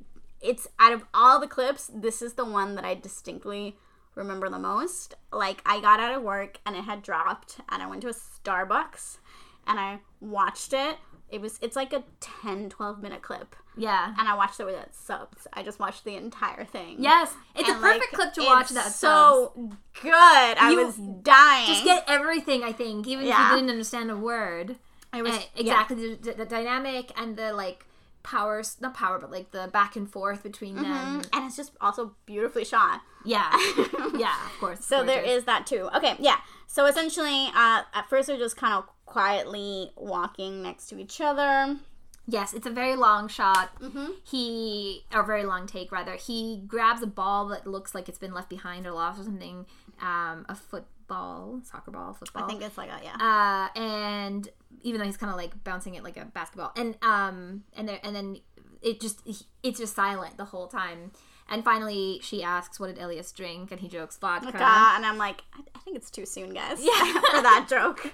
it's out of all the clips, this is the one that I distinctly remember the most. Like I got out of work and it had dropped and I went to a Starbucks and I watched it. It was it's like a 10 12 minute clip Yeah. and I watched it with it subs. I just watched the entire thing. Yes, it's a And, like, perfect clip to it's watch that. So good. I You was dying. just get everything. I think even if Yeah. you didn't understand a word, I was Uh, exactly the, the dynamic and the like power, not power, but like the back and forth between yeah. them. Mhm. And it's just also beautifully shot. Yeah, yeah, of course. So there gorgeous. is that too. Okay, yeah. So essentially, uh, at first they're just kind of quietly walking next to each other. Yes, it's a very long shot. Mm-hmm. He, or very long take rather. He grabs a ball that looks like it's been left behind or lost or something. Um, a football, soccer ball, football. I think it's like a yeah. uh, and even though he's kind of like bouncing it like a basketball, and um, and there, and then it just it's just silent the whole time. And finally, she asks, "What did Elias drink?" And he jokes, "Vodka." Like, uh, and I'm like, I, I think it's too soon, guys. Yeah. for that joke.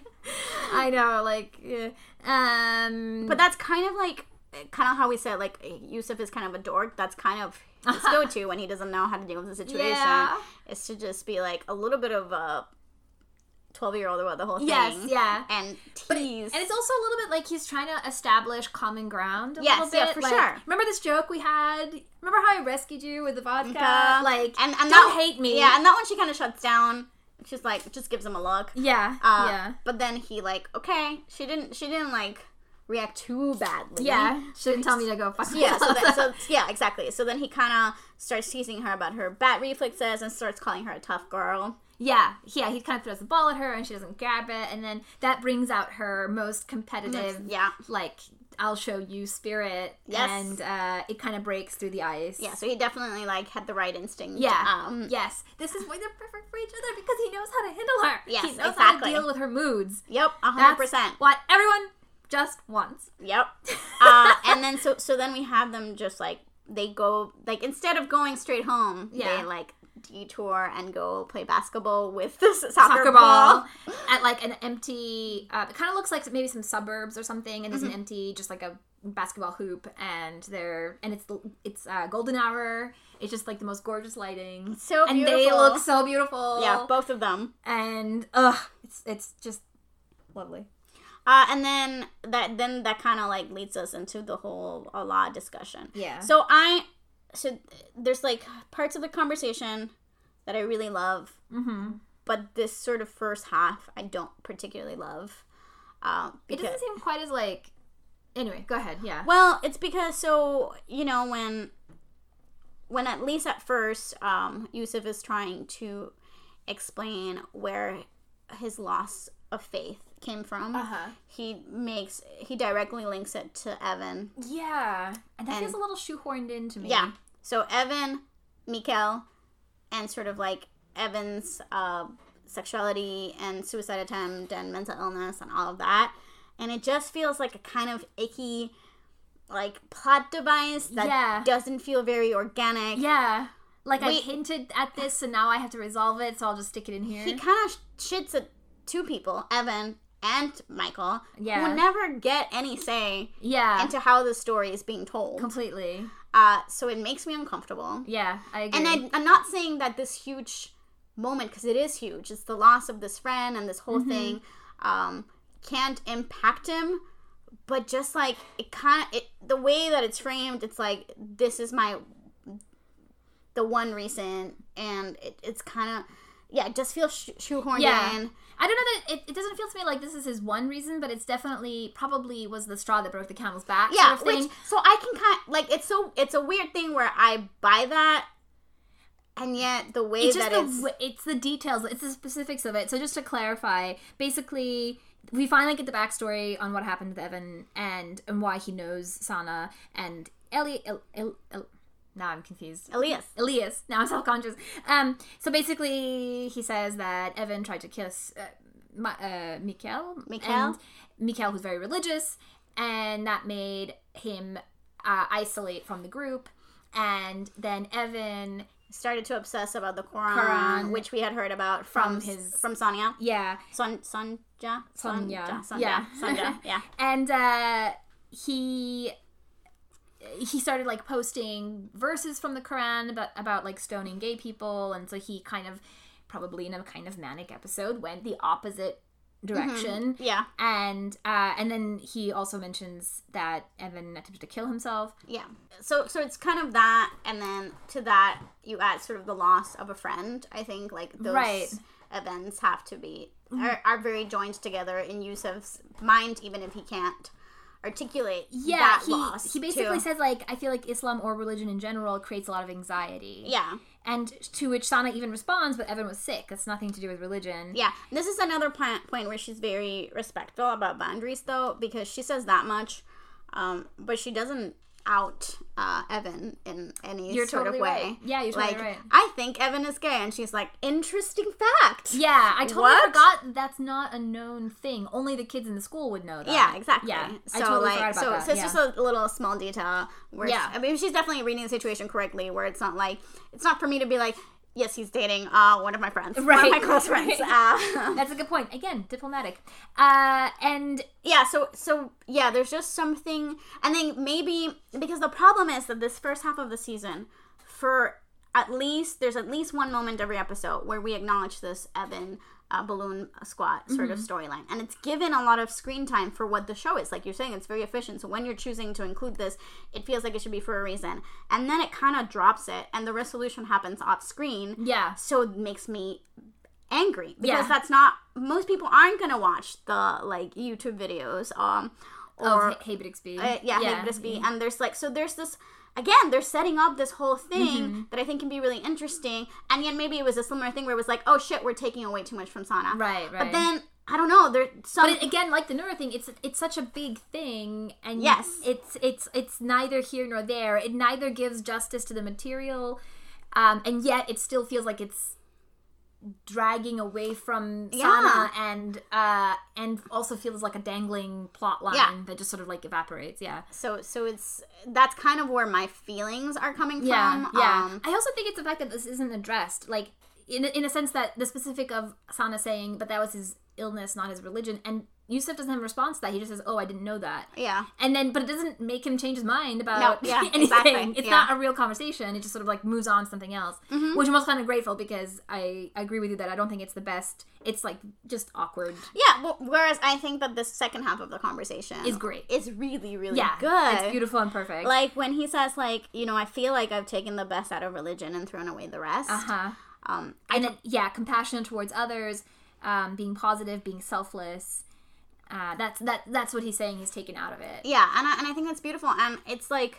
I know, like, yeah. um, But that's kind of like, kind of how we said like Yusuf is kind of a dork. That's kind of his go-to when he doesn't know how to deal with the situation. Yeah. Is to just be like a little bit of a twelve-year-old about the whole thing. yes, yeah. And tease. And it's also a little bit like he's trying to establish common ground a Yes, little bit. yeah, for like, sure. Remember this joke we had? Remember how I rescued you with the vodka? Vodka. uh, Like, and, and don't that, hate me. Yeah, and that one she kind of shuts down. She's like, just gives him a look. yeah, Uh, yeah. But then he like, okay, she didn't, she didn't like react too badly. Yeah, she didn't tell me to go fuck Yeah. So, myself. then, so yeah, exactly. So then he kind of starts teasing her about her bat reflexes and starts calling her a tough girl. Yeah, yeah, he kind of throws the ball at her and she doesn't grab it, and then that brings out her most competitive, Yeah. like I'll show you spirit. Yes. and uh, it kind of breaks through the ice. Yeah. So he definitely like had the right instinct. Yeah. Um, Yes. This is why they're perfect for each other because he knows how to handle her. Yes, he knows how to exactly. deal with her moods. Yep. A That's hundred percent. What everyone just wants. Yep. Uh, and then so so then we have them just like they go like instead of going straight home, Yeah. they like detour and go play basketball with the s- soccer, Soccer ball. ball at like an empty. Uh, it kind of looks like maybe some suburbs or something, and there's an empty, just like a basketball hoop, and they're and it's it's uh, golden hour. It's just like the most gorgeous lighting, So and beautiful. they look so beautiful. yeah, both of them. and ugh, it's it's just lovely. Uh, and then that then that kind of like leads us into the whole a law discussion. Yeah. So I so there's like parts of the conversation that I really love, Mm-hmm. but this sort of first half I don't particularly love. Um, It doesn't seem quite as like. Anyway, go ahead. Yeah. Well, it's because so you know when when at least at first um Yusuf is trying to explain where his loss of faith came from. Uh-huh. He makes he directly links it to Evan. Yeah, and that And- feels a little shoehorned into me. Yeah. So Evan, Mikael, and sort of like Evan's uh, sexuality and suicide attempt and mental illness and all of that. And it just feels like a kind of icky, like plot device that Yeah. doesn't feel very organic. yeah. Like I We- hinted at this, and now I have to resolve it, so I'll just stick it in here. He kind of shits at two people, Evan and Michael, Yeah. who never get any say yeah, into how the story is being told. completely. Uh, so it makes me uncomfortable. Yeah, I agree. and I, I'm not saying that this huge moment because it is huge. It's the loss of this friend and this whole Mm-hmm. thing um, can't impact him, but just like it kind of it the way that it's framed, it's like this is my the one reason, and it, it's kind of yeah, it just feels sh- shoehorned Yeah. in. I don't know that it, it doesn't feel to me like this is his one reason, but it's definitely probably was the straw that broke the camel's back. Yeah, sort of thing. which, so I can kind like it's so it's a weird thing where I buy that. And yet, the way it's just that the it's w- it's the details, it's the specifics of it. So just to clarify, basically. We finally get the backstory on what happened with Evan and and why he knows Sana and Ellie. El, El, El, now I'm confused. Elias, Elias. Now I'm self conscious. Um, so basically, he says that Evan tried to kiss uh, Mi- uh, Mikael. Mikael? And Mikael, who's very religious, and that made him uh, isolate from the group. And then Evan, started to obsess about the Quran, Quran. which we had heard about from, From his- his from Sonia. yeah, Son Sonja? Sonia. Sonja. Sonja. Yeah. Sonja. Yeah. and uh, he uh, he started like posting verses from the Quran about about like stoning gay people, and so he kind of probably in a kind of manic episode went the opposite direction. Yeah. And uh, and then he also mentions that Evan attempted to kill himself. Yeah. So so it's kind of that and then to that you add sort of the loss of a friend. I think like those Right. Mm-hmm. events have to be are, are very joined together in Yusuf's mind even if he can't articulate Yeah, that he loss. he basically too. says like I feel like Islam or religion in general creates a lot of anxiety. Yeah. And to which Sana even responds, but Evan was sick. That's nothing to do with religion. Yeah, this is another point point where she's very respectful about boundaries, though, because she says that much, um, but she doesn't out uh, Evan in any You're sort totally of way. right. Yeah, you're totally like, right. I think Evan is gay, and she's like, interesting fact. Yeah, I totally What? forgot that that's not a known thing. Only the kids in the school would know that. Yeah, exactly. Yeah, so I totally like, forgot about so, that. so it's yeah. just a little small detail. Where it's- Yeah. I mean, she's definitely reading the situation correctly, where it's not like it's not for me to be like, yes, he's dating uh, one of my friends, one Right. of my close friends. Uh, that's a good point. Again, diplomatic. Uh, and yeah so so yeah there's just something and then maybe because the problem is that this first half of the season for at least there's at least one moment every episode where we acknowledge this evan uh, balloon squat sort of storyline and it's given a lot of screen time for what the show is like you're saying it's very efficient so when you're choosing to include this it feels like it should be for a reason and then it kind of drops it and the resolution happens off screen yeah, so it makes me angry because Yeah. that's not most people aren't gonna watch the like YouTube videos um or of Hey Bixby. uh, yeah, yeah. and there's like so there's this again they're setting up this whole thing Mm-hmm. that I think can be really interesting and yet maybe it was a similar thing where it was like oh shit we're taking away too much from Sana Right, but right. then I don't know there some But again, like the Nura thing, it's it's such a big thing, and Yes. it's it's it's neither here nor there. It neither gives justice to the material, um, and yet it still feels like it's dragging away from Sana, and uh, and also feels like a dangling plot line Yeah. that just sort of like evaporates. Yeah, so so it's that's kind of where my feelings are coming yeah, from yeah. um I also think it's the fact that this isn't addressed, like in in a sense that the specific of Sana saying, but that was his illness, not his religion, and. Yusuf doesn't have a response to that. He just says, "Oh, I didn't know that." yeah and then but it doesn't make him change his mind No, about yeah, anything exactly, it's yeah. Mm-hmm. not a real conversation it just sort of like moves on to something else which i'm also kind of grateful because i I agree with you that i don't think it's the best it's like just awkward Yeah, well, whereas I think that the second half of the conversation Is great. Is really, really yeah good. it's beautiful and perfect Like when he says, like, you know, I feel like I've taken the best out of religion and thrown away the rest. uh-huh Um, and then yeah compassion towards others um being positive being selfless uh that's that that's what he's saying he's taken out of it yeah, and I, and I think that's beautiful. And it's like,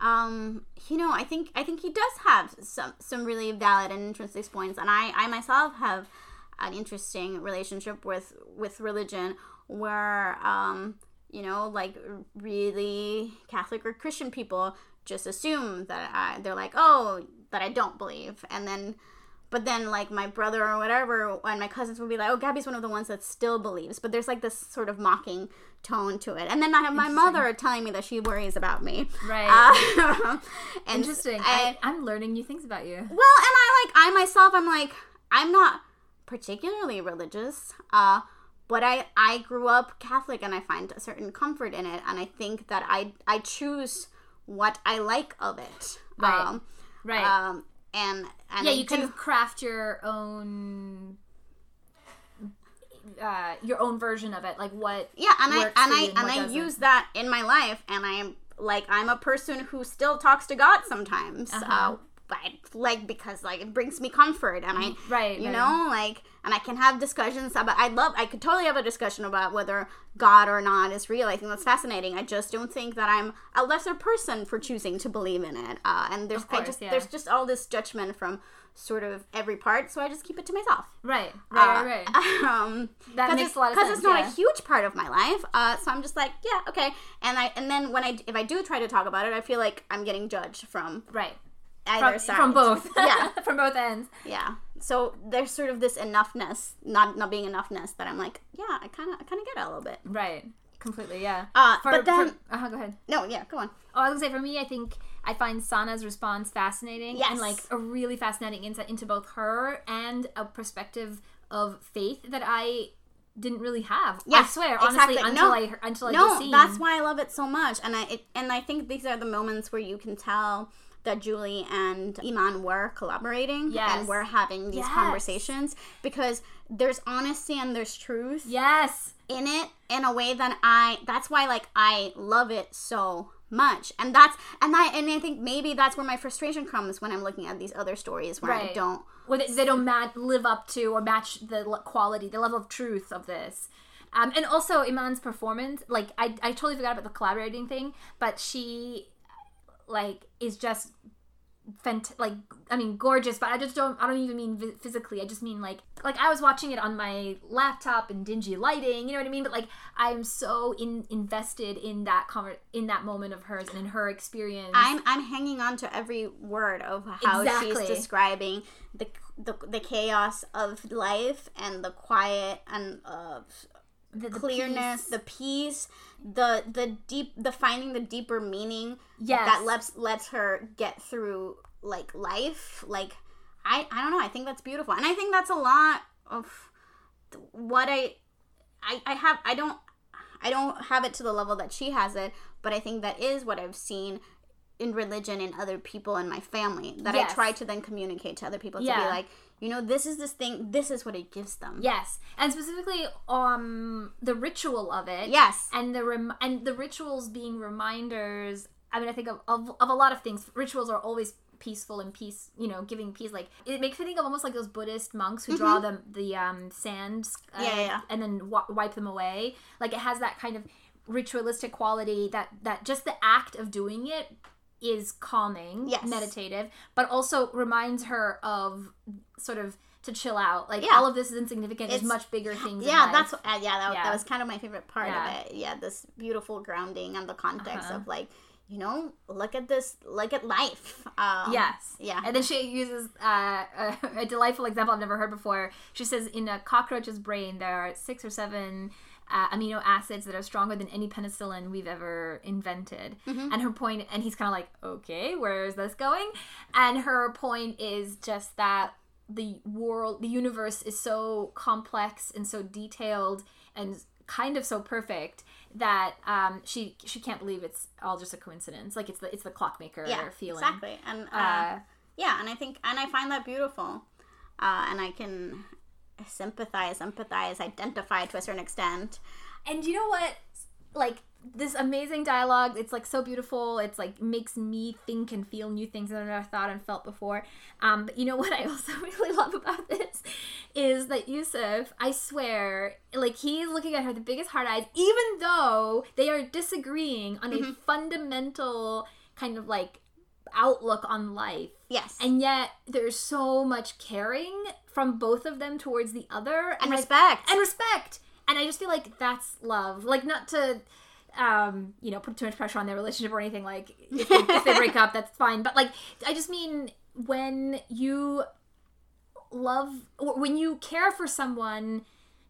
um, you know, I think I think he does have some some really valid and interesting points. And I I myself have an interesting relationship with with religion where um you know like really catholic or christian people just assume that I, they're like oh that i don't believe and then but then like my brother or whatever and my cousins would be like oh gabby's one of the ones that still believes but there's like this sort of mocking tone to it and then i have my mother telling me that she worries about me right Uh, and interesting and- I, i'm learning new things about you well, and I like I myself I'm like I'm not particularly religious. Uh but I I grew up Catholic and I find a certain comfort in it and I think that I I choose what I like of it. Right. Um right um and, and yeah I you kind do- of craft your own uh your own version of it like what yeah and I and works for I you and and what I doesn't. use that in my life and I'm like I'm a person who still talks to God sometimes uh Uh-huh. but like because like it brings me comfort and I Mm-hmm. right you right. know like and i can have discussions about i love i could totally have a discussion about whether god or not is real i think that's fascinating i just don't think that i'm a lesser person for choosing to believe in it uh, and there's I course, just yeah. there's just all this judgment from sort of every part so i just keep it to myself right Uh, right right, right. um That makes it's, a lot of because it's sense, not a yeah. huge part of my life uh so i'm just like yeah okay and i and then when i if i do try to talk about it i feel like i'm getting judged from right either from, side from both Yeah. from both ends yeah. So there's sort of this enoughness, not not being enoughness, that I'm like, yeah, I kind of, I kind of get it a little bit. right completely yeah Uh, For- but then, for, uh go ahead no, yeah, go on. oh i was gonna say for me i think i find sana's response fascinating and Yes. like a really fascinating insight into both her and a perspective of faith that i didn't really have. I Yeah, swear, honestly, exactly. until No. I until I just no, seen. that's why I love it so much, and I it, and I think these are the moments where you can tell that Julie and Iman were collaborating Yes. and were having these Yes. conversations because there's honesty and there's truth Yes, in it in a way that I that's why like I love it so much. And that's and I and I think maybe that's where my frustration comes when I'm looking at these other stories where Right. I don't where they, they don't mat- live up to or match the l- quality, the level of truth of this. Um, and also Iman's performance, like I, I totally forgot about the collaborating thing, but she, like, is just, fant- like, I mean, gorgeous. But I just don't, I don't even mean vi- physically. I just mean like, like I was watching it on my laptop in dingy lighting. You know what I mean? But like, I'm so in- invested in that conver- in that moment of hers and in her experience. I'm I'm hanging on to every word of how Exactly. she's describing the, the the chaos of life and the quiet and of the, the clearness, peace. the peace, the the deep the finding the deeper meaning Yes. that lets lets her get through like life. Like I I don't know, I think that's beautiful. And I think that's a lot of th- what I I, I have I don't I don't have it to the level that she has it, but I think that is what I've seen in religion and other people in my family that Yes. I try to then communicate to other people to Yeah. be like, you know, this is this thing, this is what it gives them. Yes, and specifically um the ritual of it. Yes. and the rem- and the rituals being reminders. I mean, I think of, of of a lot of things. Rituals are always peaceful and peace, you know, giving peace. Like it makes me think of almost like those Buddhist monks who draw them the um sand, uh, Mm-hmm. Yeah, yeah, yeah. and then w- wipe them away. Like it has that kind of ritualistic quality that that just the act of doing it is calming, Yes. meditative, but also reminds her of sort of to chill out. Like Yeah. all of this is insignificant. There's It's- much bigger things. in yeah life. that's uh, yeah that, Yeah. that was kind of my favorite part Yeah. of it yeah this beautiful grounding and the context Uh-huh. of like you know look at this look at life um, Yes. yeah And then she uses uh, a, a delightful example I've never heard before. She says, in a cockroach's brain, there are six or seven uh, amino acids that are stronger than any penicillin we've ever invented. Mm-hmm. And her point, and he's kind of like, okay, where is this going? And her point is just that the world, the universe is so complex and so detailed and kind of so perfect that um, she she can't believe it's all just a coincidence. Like it's the it's the clockmaker yeah feeling. exactly and uh, Uh, yeah and i think and i find that beautiful uh, and i can sympathize empathize identify to a certain extent And you know what? Like this amazing dialogue. It's like so beautiful. It's like makes me think and feel new things that I never thought and felt before. Um, but you know what? I also really love about this is that Yusuf. I swear, like he is looking at her with the biggest hard eyes, even though they are disagreeing on a fundamental kind of like outlook on life. yes And yet, there's so much caring from both of them towards the other, and I respect and respect. And I just feel like that's love. Like not to um, you know, put too much pressure on their relationship or anything like if they, if they break up, that's fine. But like I just mean when you love or when you care for someone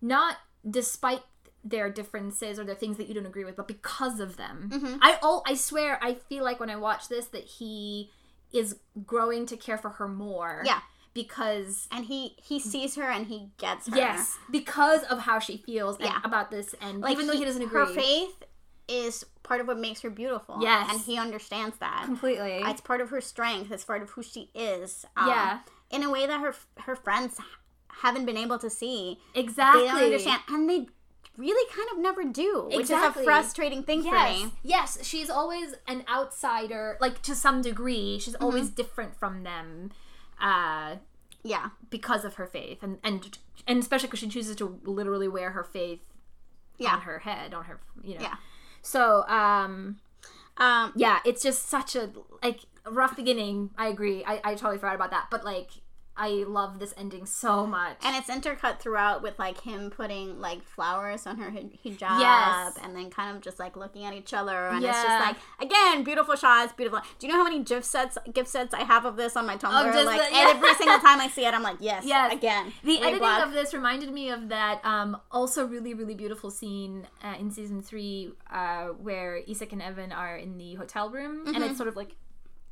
not despite their differences or their things that you don't agree with, but because of them. I all I swear I feel like when I watch this that he is growing to care for her more. Yeah. Because and he he sees her and he gets her Yes, because of how she feels and Yeah. about this, and even though he, doesn't agree her faith is part of what makes her beautiful Yes. and he understands that completely, it's part of her strength it's part of who she is um, Yeah. in a way that her her friends haven't been able to see exactly, they don't understand and they really kind of never do which Exactly. is a frustrating thing Yes, for me yes, she's always an outsider, like to some degree. She's always different from them, uh, yeah because of her faith, and and and especially because she chooses to literally wear her faith yeah on her head, on her, you know. Yeah. So, um, um yeah, it's just such a like a rough beginning. I agree. I, I totally forgot about that, but like. I love this ending so much. and it's intercut throughout with like him putting like flowers on her hij- hijab Yes. and then kind of just like looking at each other and it's Yeah. just like again beautiful shots beautiful do you know how many gif sets gif sets i have of this on my tumblr just like the- yeah. every single time i see it i'm like yes, Yes. again The Ray editing Black. of this reminded me of that um, also really, really beautiful scene uh, in season three uh, where Isak and Evan are in the hotel room and it's sort of like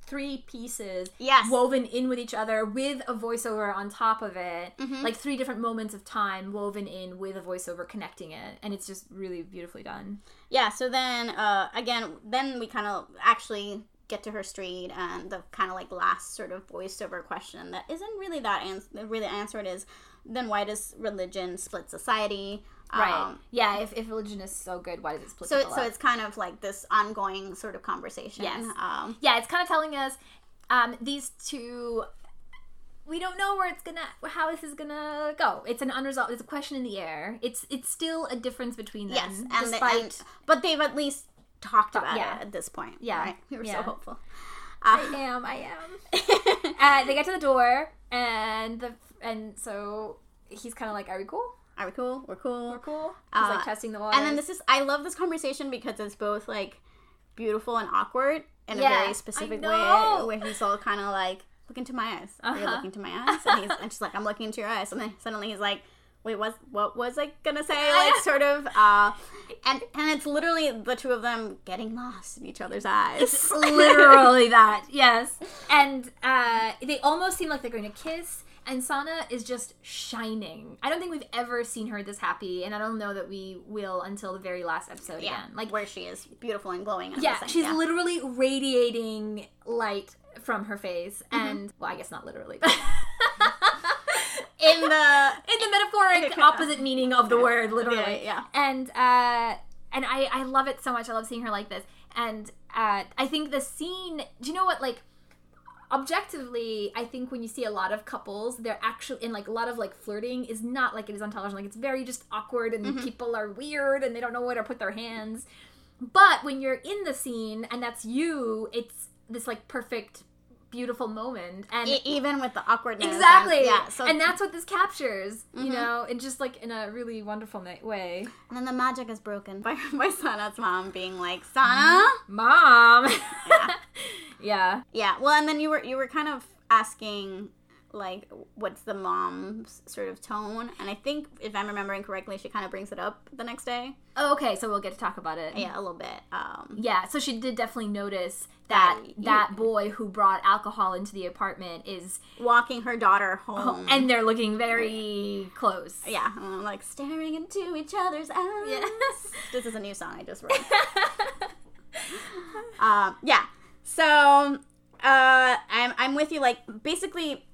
three pieces Mm-hmm. Yes. woven in with each other with a voiceover on top of it. Mm-hmm. Like three different moments of time woven in with a voiceover connecting it. And it's just really beautifully done. Yeah, so then uh, again, then we kind of actually get to her street and the kind of like last sort of voiceover question that isn't really that ans- really answered is then why does religion split society? Um, yeah, if, if religion is so good, why does it split so it, people so up? it's kind of like this ongoing sort of conversation. Yes. Um, yeah, it's kind of telling us um, these two. We don't know where it's gonna, how this is gonna go. It's an unresolved. It's a question in the air. It's it's still a difference between them, yes, and, they- despite and- but they've at least talked about yeah. it at this point. Yeah. right? we were Yeah. so hopeful. I am. I am. uh, they get to the door, and the and so he's kind of like, "Are we cool? Are we cool? We're cool. We're cool." He's Uh, like testing the water. And then this is I love this conversation because it's both like beautiful and awkward in Yeah, a I very specific way know. where he's all kind of like look into my eyes. You're Uh-huh. looking into my eyes, and he's and she's like I'm looking into your eyes, and then suddenly he's like. Wait, what? What was I gonna say? Like, sort of, uh, and and it's literally the two of them getting lost in each other's eyes. literally that. Yes. And uh, they almost seem like they're going to kiss. And Sana is just shining. I don't think we've ever seen her this happy, and I don't know that we will until the very last episode yeah, again. like Like, where she is beautiful and glowing. and yeah, everything, she's literally radiating light from her face, and well, I guess not literally, but in the in the metaphoric opposite meaning of the word, literally. yeah. And uh, and I I love it so much. I love seeing her like this. And uh, I think the scene. Do you know what like? Objectively, I think when you see a lot of couples, they're actually in like a lot of like flirting is not like it is on television. Like it's very just awkward and people are weird and they don't know where to put their hands. But when you're in the scene and that's you, it's this like perfect, beautiful moment. And e- even with the awkwardness. and- Exactly. yeah. So and that's what this captures, you know, and just like in a really wonderful na- way. And then the magic is broken Mm-hmm. by, by Sana's mom being like, Sana? Mom. Yeah. Yeah. Well, and then you were you were kind of asking like what's the mom's sort of tone and i think if i'm remembering correctly she kind of brings it up the next day Oh, okay, so we'll get to talk about it. yeah a little bit um Yeah, so she did definitely notice that That you- that boy who brought alcohol into the apartment is walking her daughter home and they're looking very close. yeah and, like staring into each other's eyes Yes. this is a new song i just wrote um, yeah. So uh, I'm I'm with you. Like basically,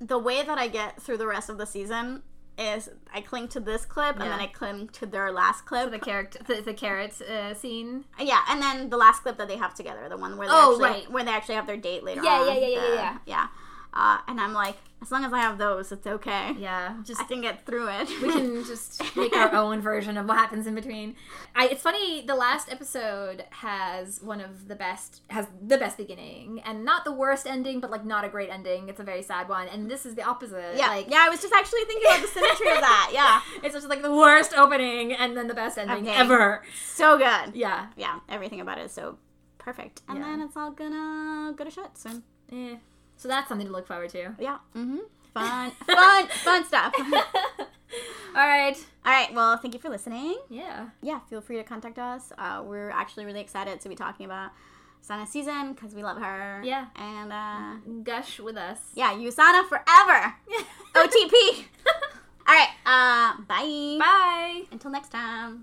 the way that I get through the rest of the season is I cling to this clip and then Yeah. I cling to their last clip. The character the, the carrot uh, scene. yeah, and then the last clip that they have together, the one where they Oh, actually, right. where they actually have their date later Yeah, on. yeah, yeah, yeah, the- yeah. yeah. Uh, and I'm like, as long as I have those, it's okay. Yeah, just I can get through it. we can just make our own version of what happens in between. I, it's funny. The last episode has one of the best has the best beginning and not the worst ending, but like not a great ending. It's a very sad one, and this is the opposite. yeah, like, yeah. I was just actually thinking about the symmetry of that. Yeah, It's just like the worst opening and then the best ending Okay. ever. so good. Yeah. yeah, everything about it is so perfect. And Yeah. then it's all gonna go to shit soon. Eh. So that's something to look forward to. Yeah. Mm-hmm. Fun, fun, fun stuff. All right. All right. Well, thank you for listening. Yeah. Yeah, feel free to contact us. Uh, we're actually really excited to be talking about Sana season because we love her. Yeah. Mm-hmm. And uh, Gush with us. yeah, you Sana forever. OTP. all right. Uh, bye. Bye. Until next time.